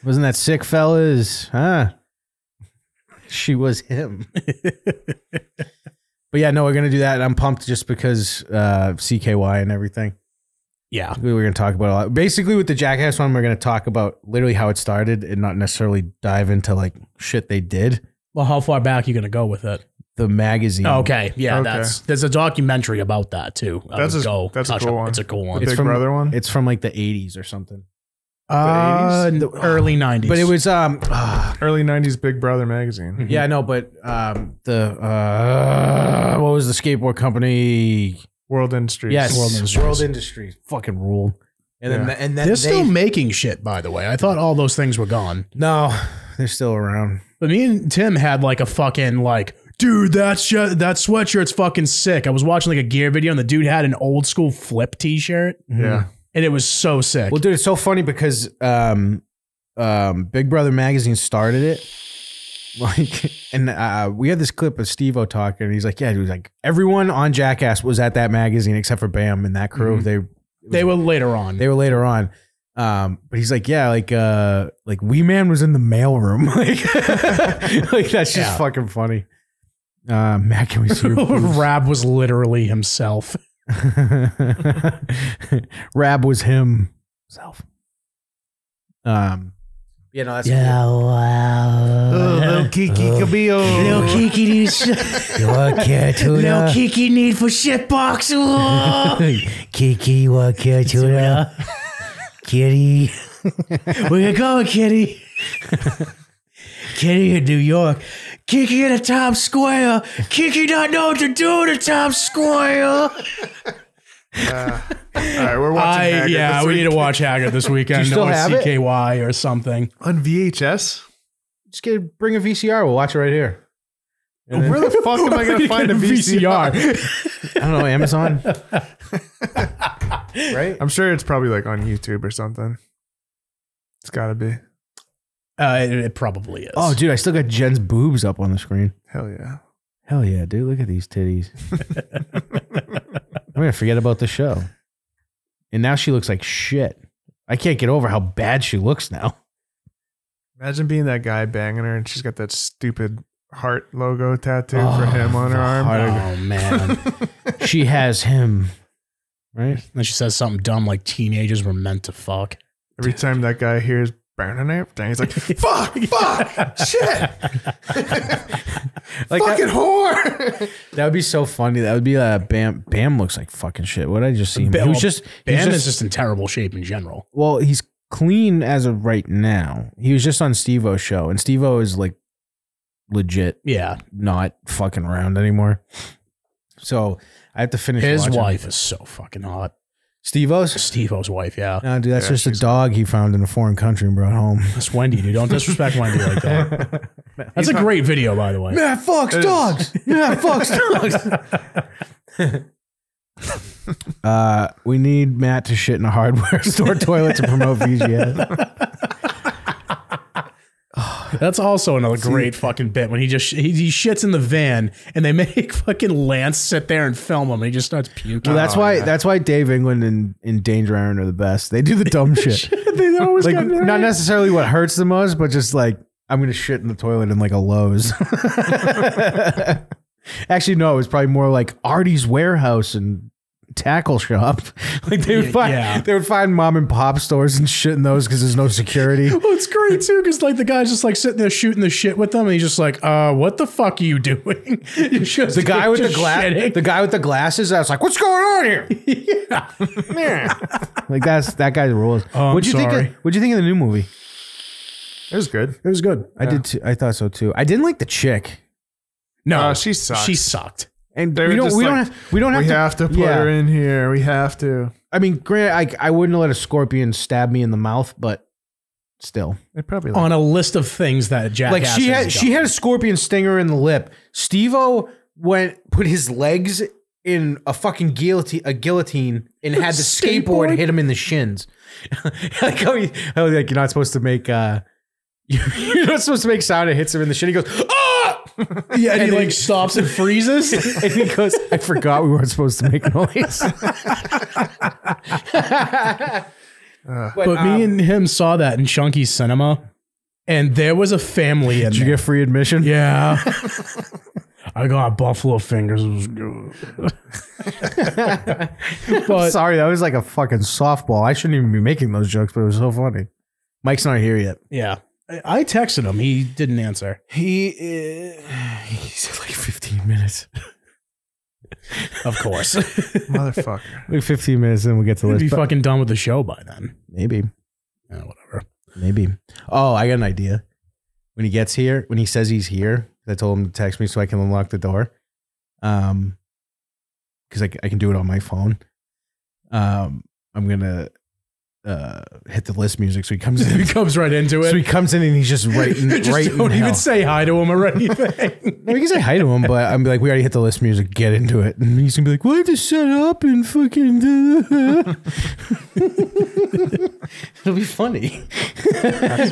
Wasn't that sick, fellas? Huh? She was him. but yeah, no, we're gonna do that. I'm pumped just because uh, CKY and everything.
Yeah.
we were going to talk about a lot. Basically, with the Jackass one, we're going to talk about literally how it started and not necessarily dive into like shit they did.
Well, how far back are you gonna go with it?
The magazine.
okay. Yeah,
Okay.
that's there's a documentary about that too. I
That's
would
a-
go
that's a
touch
cool
up-
one.
It's a cool one.
Big
It's from-
Brother one.
It's from like the 80s or something.
Uh,
The
early nineties.
But it was, um, ah,
Early '90s Big Brother magazine.
Mm-hmm. yeah, no, but um, the, uh, what was the skateboard company?
World Industries.
Yes.
World Industries.
World Industries. Fucking ruled. And then,
Yeah.
and then
They're
they,
still making shit, by the way. I thought all those things were gone.
no, they're still around.
But me and Tim had like a fucking like, dude, that's ju- that sweatshirt's fucking sick. I was watching like a gear video and the dude had an old school flip T-shirt
Yeah.
and it was so sick.
Well, dude, it's so funny because um, um, Big Brother magazine started it. Like, and uh, we had this clip of Steve O talking, and he's like, "Yeah, he was like everyone on Jackass was at that magazine except for Bam and that crew.
Mhm.
They
they were later on.
they were later on." Um, but he's like, yeah, like, uh, like Wee Man was in the mailroom, like, like that's just
Yeah.
fucking funny. Uh, Matt, can we see your boobs?
Rab was literally himself.
Rab was him self. Um, you know, that's yeah,
little Kiki Cabillo.
Kiki needs
Wakatuna.
Kiki need for shitbox.
Kiki Wakatuna. Kitty.
Where you going, Kitty? Kitty in New York. Kiki in a Times Square. Kiki not know what to do in a Times Square.
Uh, All right, we're watching.
I,
Haggard
yeah,
this
we
week.
need to watch Haggard this weekend
still
or
have it?
CKY or something.
on VHS.
Just get, bring a VCR. We'll watch it right here.
Where the fuck am I gonna find a VCR?
I don't know, Amazon. right?
I'm sure it's probably like on YouTube or something. It's gotta be.
Uh, it, it probably is.
Oh, dude, I still got Jen's boobs up on the screen.
Hell yeah.
Hell yeah, dude. Look at these titties. I'm going to forget about the show. And now she looks like shit. I can't get over how bad she looks now.
Imagine being that guy banging her and she's got that stupid heart logo tattoo for him on her arm.
Oh, man.
she has him. Right?
and she says something dumb like teenagers were meant to fuck.
Every time that guy hears burning it, he's like, fuck, fuck, shit,
Like
fucking
that,
whore.
that would be so funny. That would be uh Bam Bam looks like fucking shit. What did I just see? Him? He
Bam-
was just he was
Bam is just in terrible shape in general.
well, he's clean as of right now. He was just on Steve O's show, and Steve O is like legit
Yeah.
not fucking around anymore. So I have to finish
His
watching.
wife is so fucking hot.
Steve O's.
Steve O's wife, yeah.
No, dude, that's
Yeah,
just a
she's-
dog he found in a foreign country and brought home.
That's Wendy, dude. Don't disrespect Wendy like that. That's a great video, by the way.
Yeah, fucks
is.
dogs. Yeah, fucks dogs. uh, we need Matt to shit in a hardware store toilet to promote VGS.
That's also another great fucking bit when he just he, he shits in the van and they make fucking Lance sit there and film him and he just starts puking.
Well, that's
Oh,
why. That's why Dave England and, and Danger Aaron are the best. They do the dumb shit.
they always
like not necessarily what hurts the most, but just like I'm gonna shit in the toilet in like a Lowe's. Actually, no, it was probably more like Artie's warehouse and tackle shop. Like they would find
yeah.
they would find mom and pop stores and shit in those because there's no security.
Well, it's great too, because like the guy's just like sitting there shooting the shit with them, and he's just like, "Uh, what the fuck are you doing?"
The guy with the glass, the guy with the glasses. I was like, "What's going on here?" like that's that guy rules.
Oh, I'm
what'd you
sorry.
think? Of, what'd you think of the new movie?
It was good.
It was good. I did. Too, I thought so too. I didn't like the chick,
no,
Uh, she sucks.
She sucked.
and
They
we
were
don't.
just
We
like,
don't. Have, we don't have
we
to
have to put
yeah.
her in here. We have to.
I mean, granted, I I wouldn't let a scorpion stab me in the mouth, but still,
They probably like,
On a list of things that Jack
like she had she had a scorpion stinger in the lip. Steve-O went put his legs in a fucking guillotine, a guillotine, and had the skateboard,
Skateboard?
hit him in the shins. like how, he, how like you're not supposed to make uh, you're not supposed to make sound. It hits him in the shin. He goes, ah.
yeah, and,
and
he
then-
like stops and freezes.
and he goes, I forgot we weren't supposed to make noise.
But me and him saw that in Chunky's cinema, and there was a family in
Did you
there.
get free admission?
yeah. I got buffalo fingers. It was good. but
Sorry, that was like a fucking softball. I shouldn't even be making those jokes, but it was so funny. Mike's not here yet.
yeah, I- I texted him. He didn't answer.
He is, he's like 15 minutes.
Of course,
Oh. motherfucker.
Like 15 minutes, and we'll get to
he'd be
this. but
fucking done with the show by then.
Maybe,
Yeah, whatever.
maybe. Oh, I got an idea. When he gets here, when he says he's here, I told him to text me so I can unlock the door. Um, because I, c- I can do it on my phone. Um, I'm gonna uh hit the list music so he comes
He
in.
comes right into it.
so he comes in and he's just right, in,
You just
right.
don't
in
even
hell.
say hi to him or anything.
No, we can say hi to him, but I'm like, we already hit the list music. Get into it, and he's gonna be like, "Well, I have to shut up and fucking." do-" It'll be funny.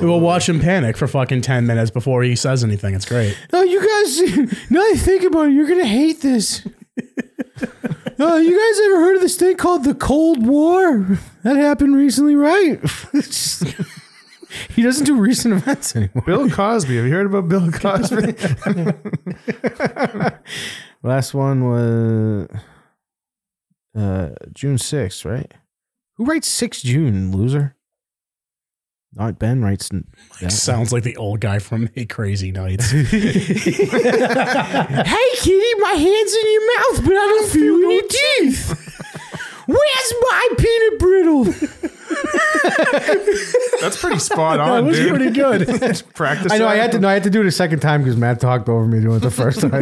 we'll watch him panic for fucking ten minutes before he says anything. It's great.
Oh, you guys! Now that I think about it, you're gonna hate this. Oh, you guys ever heard of this thing called the Cold War? That happened recently, right? It's just- he doesn't do recent events anymore.
Bill Cosby. Have you heard about Bill Cosby?
Last one was uh, June 6th, right? Who writes 6 June, loser? Not Ben writes. n- that.
Sounds like the old guy from Hey Crazy Nights.
hey, kitty, my hand's in your mouth, but I don't feel any teeth. Where's my peanut brittle?
That's pretty spot on,
was
dude.
pretty good.
Practice.
I know I
that.
had to. No, I had to do it a second time because Matt talked over me doing it the first time.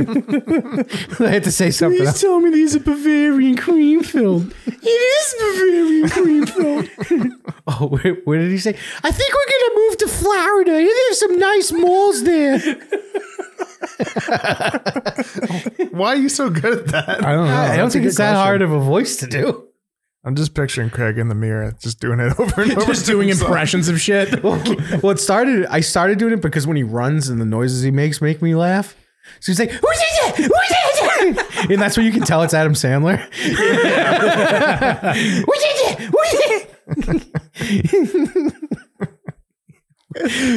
I had to say something. else.
tell me these are Bavarian cream filled. It is Bavarian cream filled.
Oh, wait, what did he say? I think we're gonna move to Florida. There's some nice malls there.
Why are you so good at that?
I don't know.
I don't think it's that hard of a voice to do.
I'm just picturing Craig in the mirror, just doing it over and over.
Just doing
himself.
impressions of shit.
well, it started. I started doing it because when he runs and the noises he makes make me laugh. So he's like, "Who's it? Who's it?" and that's when you can tell it's Adam Sandler. Who's it? Who's it?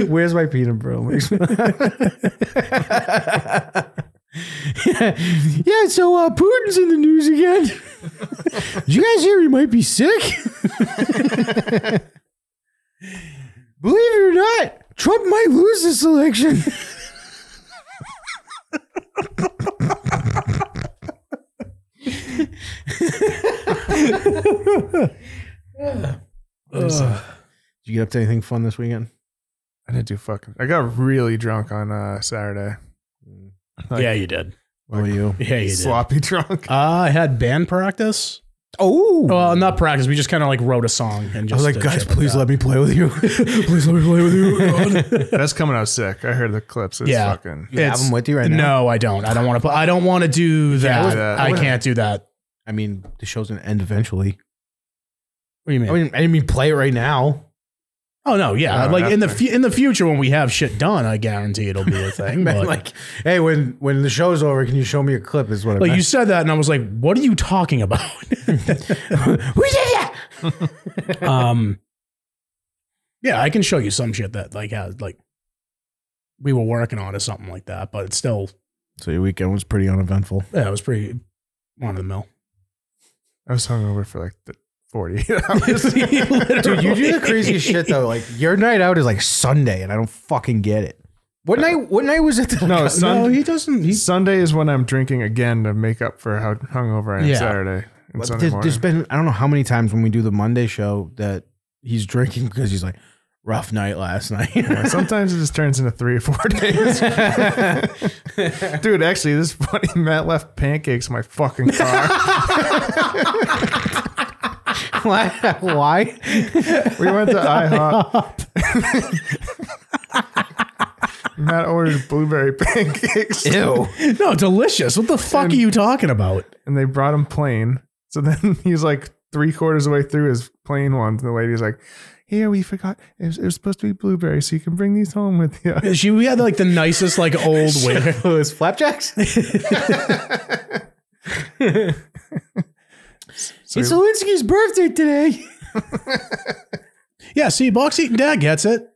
Where's my peanut brittle? Makes me laugh. yeah, so uh, Putin's in the news again. Did you guys hear he might be sick? Believe it or not, Trump might lose this election. Did you get up to anything fun this weekend?
I didn't do fucking. I got really drunk on uh, Saturday.
yeah, you did.
What were you?
Yeah, you did. Uh,
Sloppy drunk.
I had band practice.
Oh,
Well, not practice. We just kind of like wrote a song and just.
I was like,
did
guys,
shit like
please
that."
let me play with you. please let me play with you.
That's coming out sick. I heard the clips. It's
Yeah.
fucking.
you have
It's-
them with you right now.
No, I don't. I don't want to play. I don't want to do that.
do that.
I can't do that.
I mean, the show's gonna end eventually.
What do you mean?
I mean, I didn't mean play it right now.
oh no, yeah.
No,
like in the
after.
fu- in the future when we have shit done, I guarantee it'll be a thing.
Man,
but, like,
like, hey, when when the show's over, can you show me a clip? Is what I
you said that, and I was like, "What are you talking about?"
we did that.
um, yeah, I can show you some shit that like has like we were working on or something like that, but it's still
So your weekend was pretty uneventful.
yeah, it was pretty one of the mill.
I was hungover for like the 48 hours.
Dude, you do the craziest shit though. Like your night out is like Sunday, and I don't fucking get it. What night? What night was it? that-
No, Sun-
he doesn't. He,
Sunday is when I'm drinking again to make up for how hungover I am
Yeah.
Saturday and
But
Sunday
there-
morning.
there's been I don't know how many times when we do the Monday show that he's drinking because he's like rough night last night.
Yeah, Sometimes it just turns into three or four days. Dude, actually, this is funny. Matt left pancakes in my fucking car.
why? Why?
we went to IHOP. Matt ordered blueberry pancakes
Ew.
No, delicious. What the fuck are you talking about?
and they brought him plain. So then he's like three quarters of the way through his plain ones. And the lady's like, Here, we forgot. It was, it was supposed to be blueberry, so you can bring these home with you.
She we had like the nicest like old waiter.
Those flapjacks.
So
it's
he-
Olinsky's birthday today.
Yeah, see, box eating dad gets it.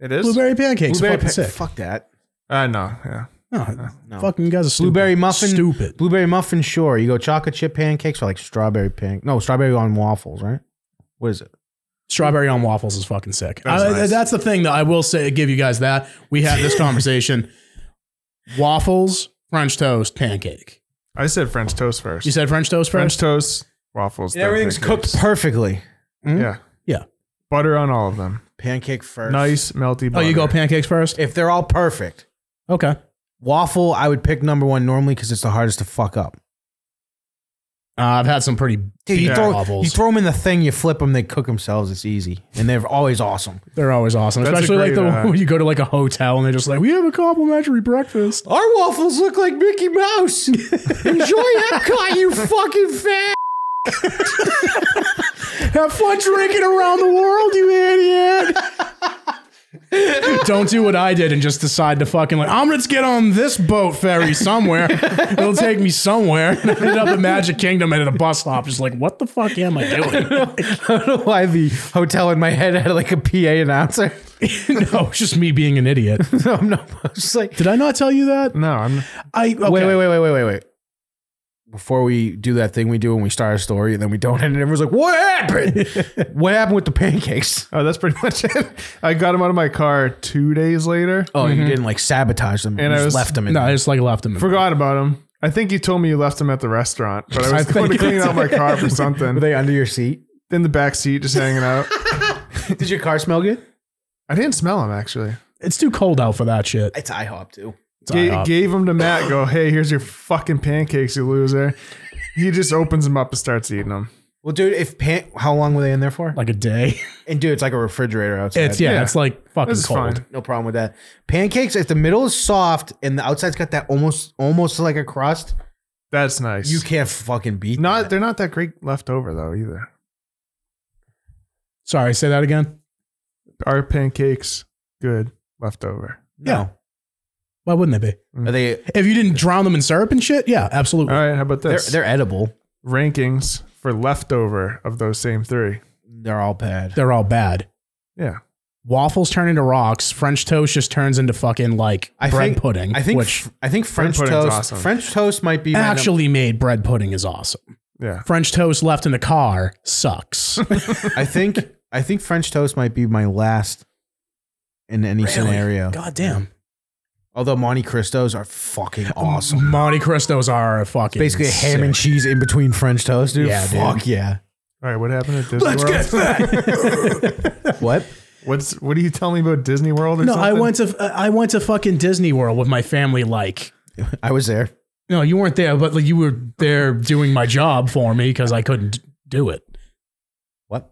it is?
Blueberry pancakes,
Blueberry
fucking
pa-
sick.
Fuck that.
Uh, no. Yeah.
No, Fucking guys are stupid.
Blueberry muffin.
Stupid.
Blueberry muffin. Sure. You go chocolate chip pancakes or like strawberry pancake. No, strawberry on waffles. Right. What is it?
Strawberry on waffles is fucking sick.
That's
I-
nice.
That's the thing that I will say. Give you guys that we had this conversation. waffles, French toast, pancake.
I said French toast first.
You said French toast
French
first.
toast, waffles. then pancakes.
perfectly.
Yeah.
Yeah.
Butter on all of them.
Pancake first.
Nice, melty
Oh,
butter.
you go pancakes first.
If they're all perfect,
Okay. Uh,
waffle I would pick number one normally because it's the hardest to fuck up.
Uh, I've had some pretty
Dude,
big
you throw
waffles.
you throw them in the thing, you flip them, they cook themselves. It's easy, and they're always awesome.
They're always awesome,
That's a
especially like
great,
the
uh,
when you go to like a hotel and they're just like, we have a complimentary breakfast.
Our waffles look like Mickey Mouse. Enjoy Epcot, you fucking fat.
Have fun drinking around the world, you idiot. Don't do what I did and just decide to fucking like, I'm gonna get on this boat ferry somewhere. It'll take me somewhere. And I ended up at Magic Kingdom and at a bus stop, just like, what the fuck am I doing?
I don't know why the hotel in my head had like a PA announcer.
no, it's just me being an idiot.
no, I'm not. I was just like,
Did I not tell you that?
No, I'm.
I okay.
wait, wait, wait, wait, wait, wait, wait. Before we do that thing we do when we start a story and then we don't, and everyone's like, "What happened? what happened with the pancakes?"
Oh, that's pretty much it. I got him out of my car two days later.
Oh, you didn't like sabotage them.
And
you
I
just
was-
left them in.
No, I
there.
just like left him. in
Forgot about him. I think you told me you left him at the restaurant, but I was
I
going to
think-
clean out my car for
Were
something.
they under your seat?
In the back seat, just hanging out.
Did your car smell good?
I didn't smell him actually.
It's too cold out for that shit.
It's IHOP too.
Ga- gave him to Matt. Go, hey, here's your fucking pancakes, you loser. He just opens them up and starts eating them.
Well, dude, if pan- how long were they in there for?
Like a day.
And dude, it's like a refrigerator outside.
It's yeah,
Yeah.
it's like fucking
This is
cold.
fine.
no problem with that. Pancakes, if the middle is soft and the outside's got that almost almost like a crust,
That's nice.
you can't fucking beat.
not.
that.
They're not that great left over though either.
Sorry, say that again.
Our pancakes good left over?
no.
Why wouldn't they be?
Are they?
If you didn't drown them in syrup and shit, yeah, absolutely.
All right, how about
They're,
this?
they're edible.
rankings for leftover of those same three.
They're all bad.
They're all bad.
Yeah.
Waffles turn into rocks. French toast just turns into fucking like bread
think,
pudding.
I think.
which
I think French
pudding's
toast.
awesome.
French toast might be my num-
actually made bread pudding is awesome.
Yeah.
French toast left in the car sucks.
I think. I think French toast might be my last in any scenario.
God damn.
Although Monte Cristos are fucking awesome.
Monte Cristos are a fucking
Basically, a ham and
sick-
cheese in between French toast, dude.
Yeah, dude.
Fuck yeah.
All right, what happened at Disney World?
What?
What's what do you tell me about Disney World or
No,
something?
I went to I went to fucking Disney World with my family. Like,
I was there.
no, you weren't there, but like, you were there doing my job for me because I couldn't do it.
What?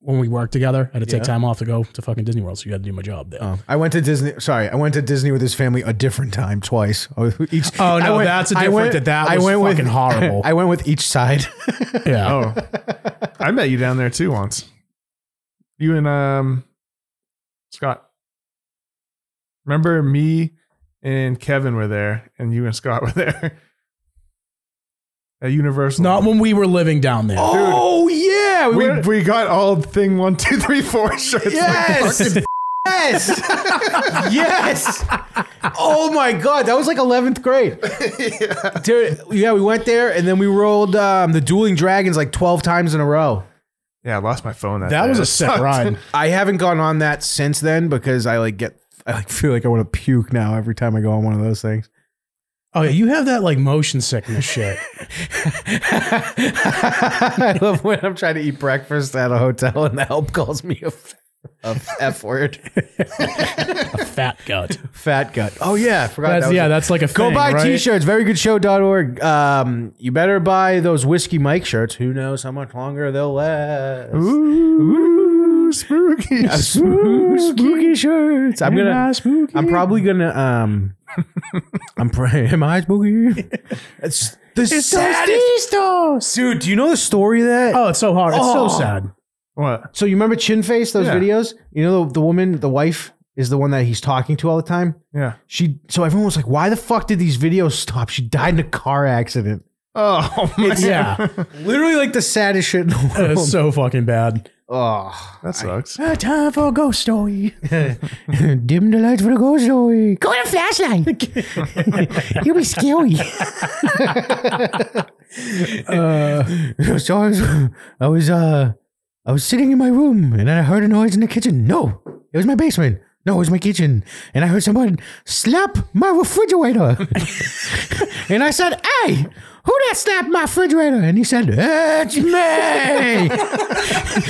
when we worked together. I had to take
Yeah.
time off to go to fucking Disney World, so you had to do my job there.
Oh, I went to Disney. Sorry, I went to Disney with his family a different time twice. Oh, each,
Oh,
I
no, that's a
I
different- that- that was fucking horrible.
I went with each side.
yeah.
Oh. I met you down there too once. You and um Scott. Remember me and Kevin were there and you and Scott were there. At Universal.
Not when we were living down there.
oh yeah,
we, we got all thing one, two, three, four shirts.
yes. Yes. yes. Oh my god, that was like 11th grade. Dude, yeah, we went there and then we rolled um, the Dueling Dragons like 12 times in a row.
Yeah, I lost my phone. That
That
day.
was a
It
sick
sucked.
ride.
I haven't gone on that since then because I like get I like feel like I want to puke now every time I go on one of those things.
Oh yeah, you have that like motion sickness shit.
I love when I'm trying to eat breakfast at a hotel and the help calls me a, f- a f- F word.
Fat gut.
Fat gut. Oh yeah, I forgot.
That's,
that was
yeah,
it.
that's like a
Go
thing,
buy
right?
t-shirts. Verygoodshow.org. Um, you better buy those whiskey Mike shirts. Who knows how much longer they'll last?
Ooh, spooky.
Uh, spoo- spooky shirts. I'm
Am
gonna.
I spooky?
I'm probably gonna. Um, I'm. Pr- am I spooky? it's the saddest. Dude, do you know the story of that?
Oh, it's so hard. It's
Oh.
so sad.
What?
So you remember Chin Face? Those
Yeah.
videos. You know the, the woman, the wife, is the one that he's talking to all the time.
Yeah.
She. So everyone was like, "Why the fuck did these videos stop?" She died in a car accident.
Oh, man.
Yeah,
Literally like the saddest shit in the world.
it's so fucking bad.
oh.
that sucks.
Ah, time for a ghost story.
Dim the lights for the ghost story. Go with a flashlight. You'll be scary. Uh, so I was, I was, uh, I was sitting in my room and I heard a noise in the kitchen. No, it was my basement. No, it was my kitchen. And I heard someone slap my refrigerator. and I said, "Hey, who that slapped my refrigerator?" And he said, "It's me."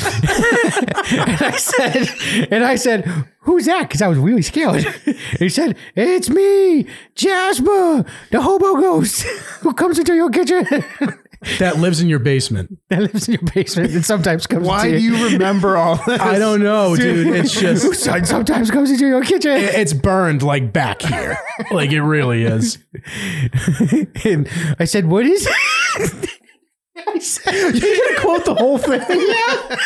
and I said, and I said, who's that? Because I was really scared. he said, it's me, Jasper, the hobo ghost who comes into your kitchen
That lives in your basement.
that lives in your basement and sometimes comes
Why
into
do
your-
you remember all this?
I don't know, dude. It's just
Son sometimes comes into your kitchen.
it's burned like back here. Like it really is.
And I said, what is it? I said, You're going to quote the whole thing? Yeah.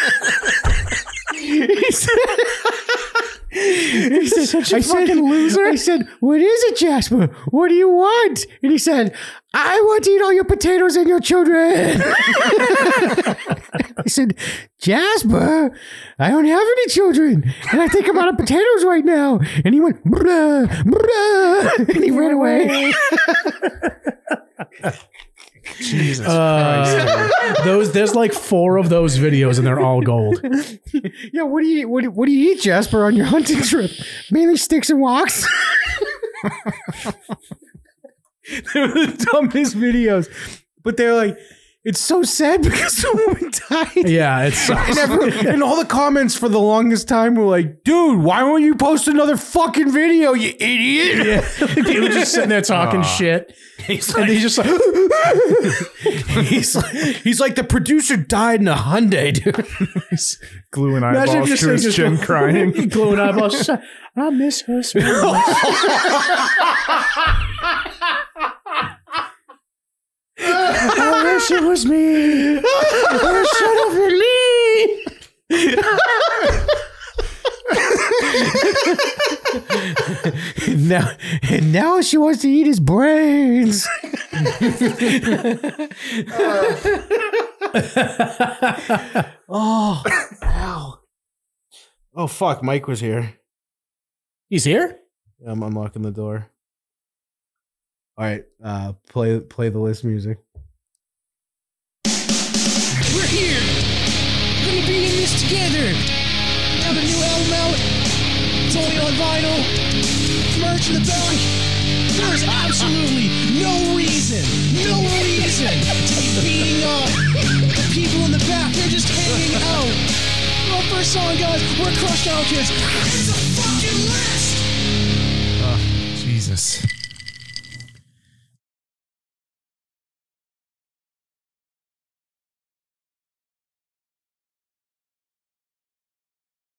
he said, he said,
Such a
I said-
fucking loser.
I said, What is it, Jasper? What do you want? And he said, I want to eat all your potatoes and your children. I said, Jasper, I don't have any children. And I think I'm out of potatoes right now. And he went, bruh, bruh. And he ran away.
Jesus.
Uh, those there's like four of those videos and they're all gold.
Yeah, what do you what, do- what do you eat, Jasper, on your hunting trip? Mainly sticks and walks. they were the dumbest videos, but they're like, it's so sad because the woman died.
Yeah, it's
And, everyone- and all the comments for the longest time were like, dude, why won't you post another fucking video, you idiot?
yeah. People just sitting there talking shit. and he's just like
he's, like, he's like, the producer died in a Hyundai, dude.
gluing
Imagine
eyeballs
just
to
they
his
just
chin, crying.
glowing eyeballs. She's like, I miss her. so much." I wish it was me. I wish it was me.
And now, and now she wants to eat his brains. oh, ow. Oh, fuck. Mike was here.
He's here.
I'm unlocking the door. All right, uh, play play the list music.
We're here. We're gonna be in this together. We have a new album out. It's only on vinyl. Merch in the back. There's absolutely no reason, no reason to be beating up the people in the back. They're just hanging out. Our first song, guys. We're Crushed Out Kids. It's a fucking list.
Jesus.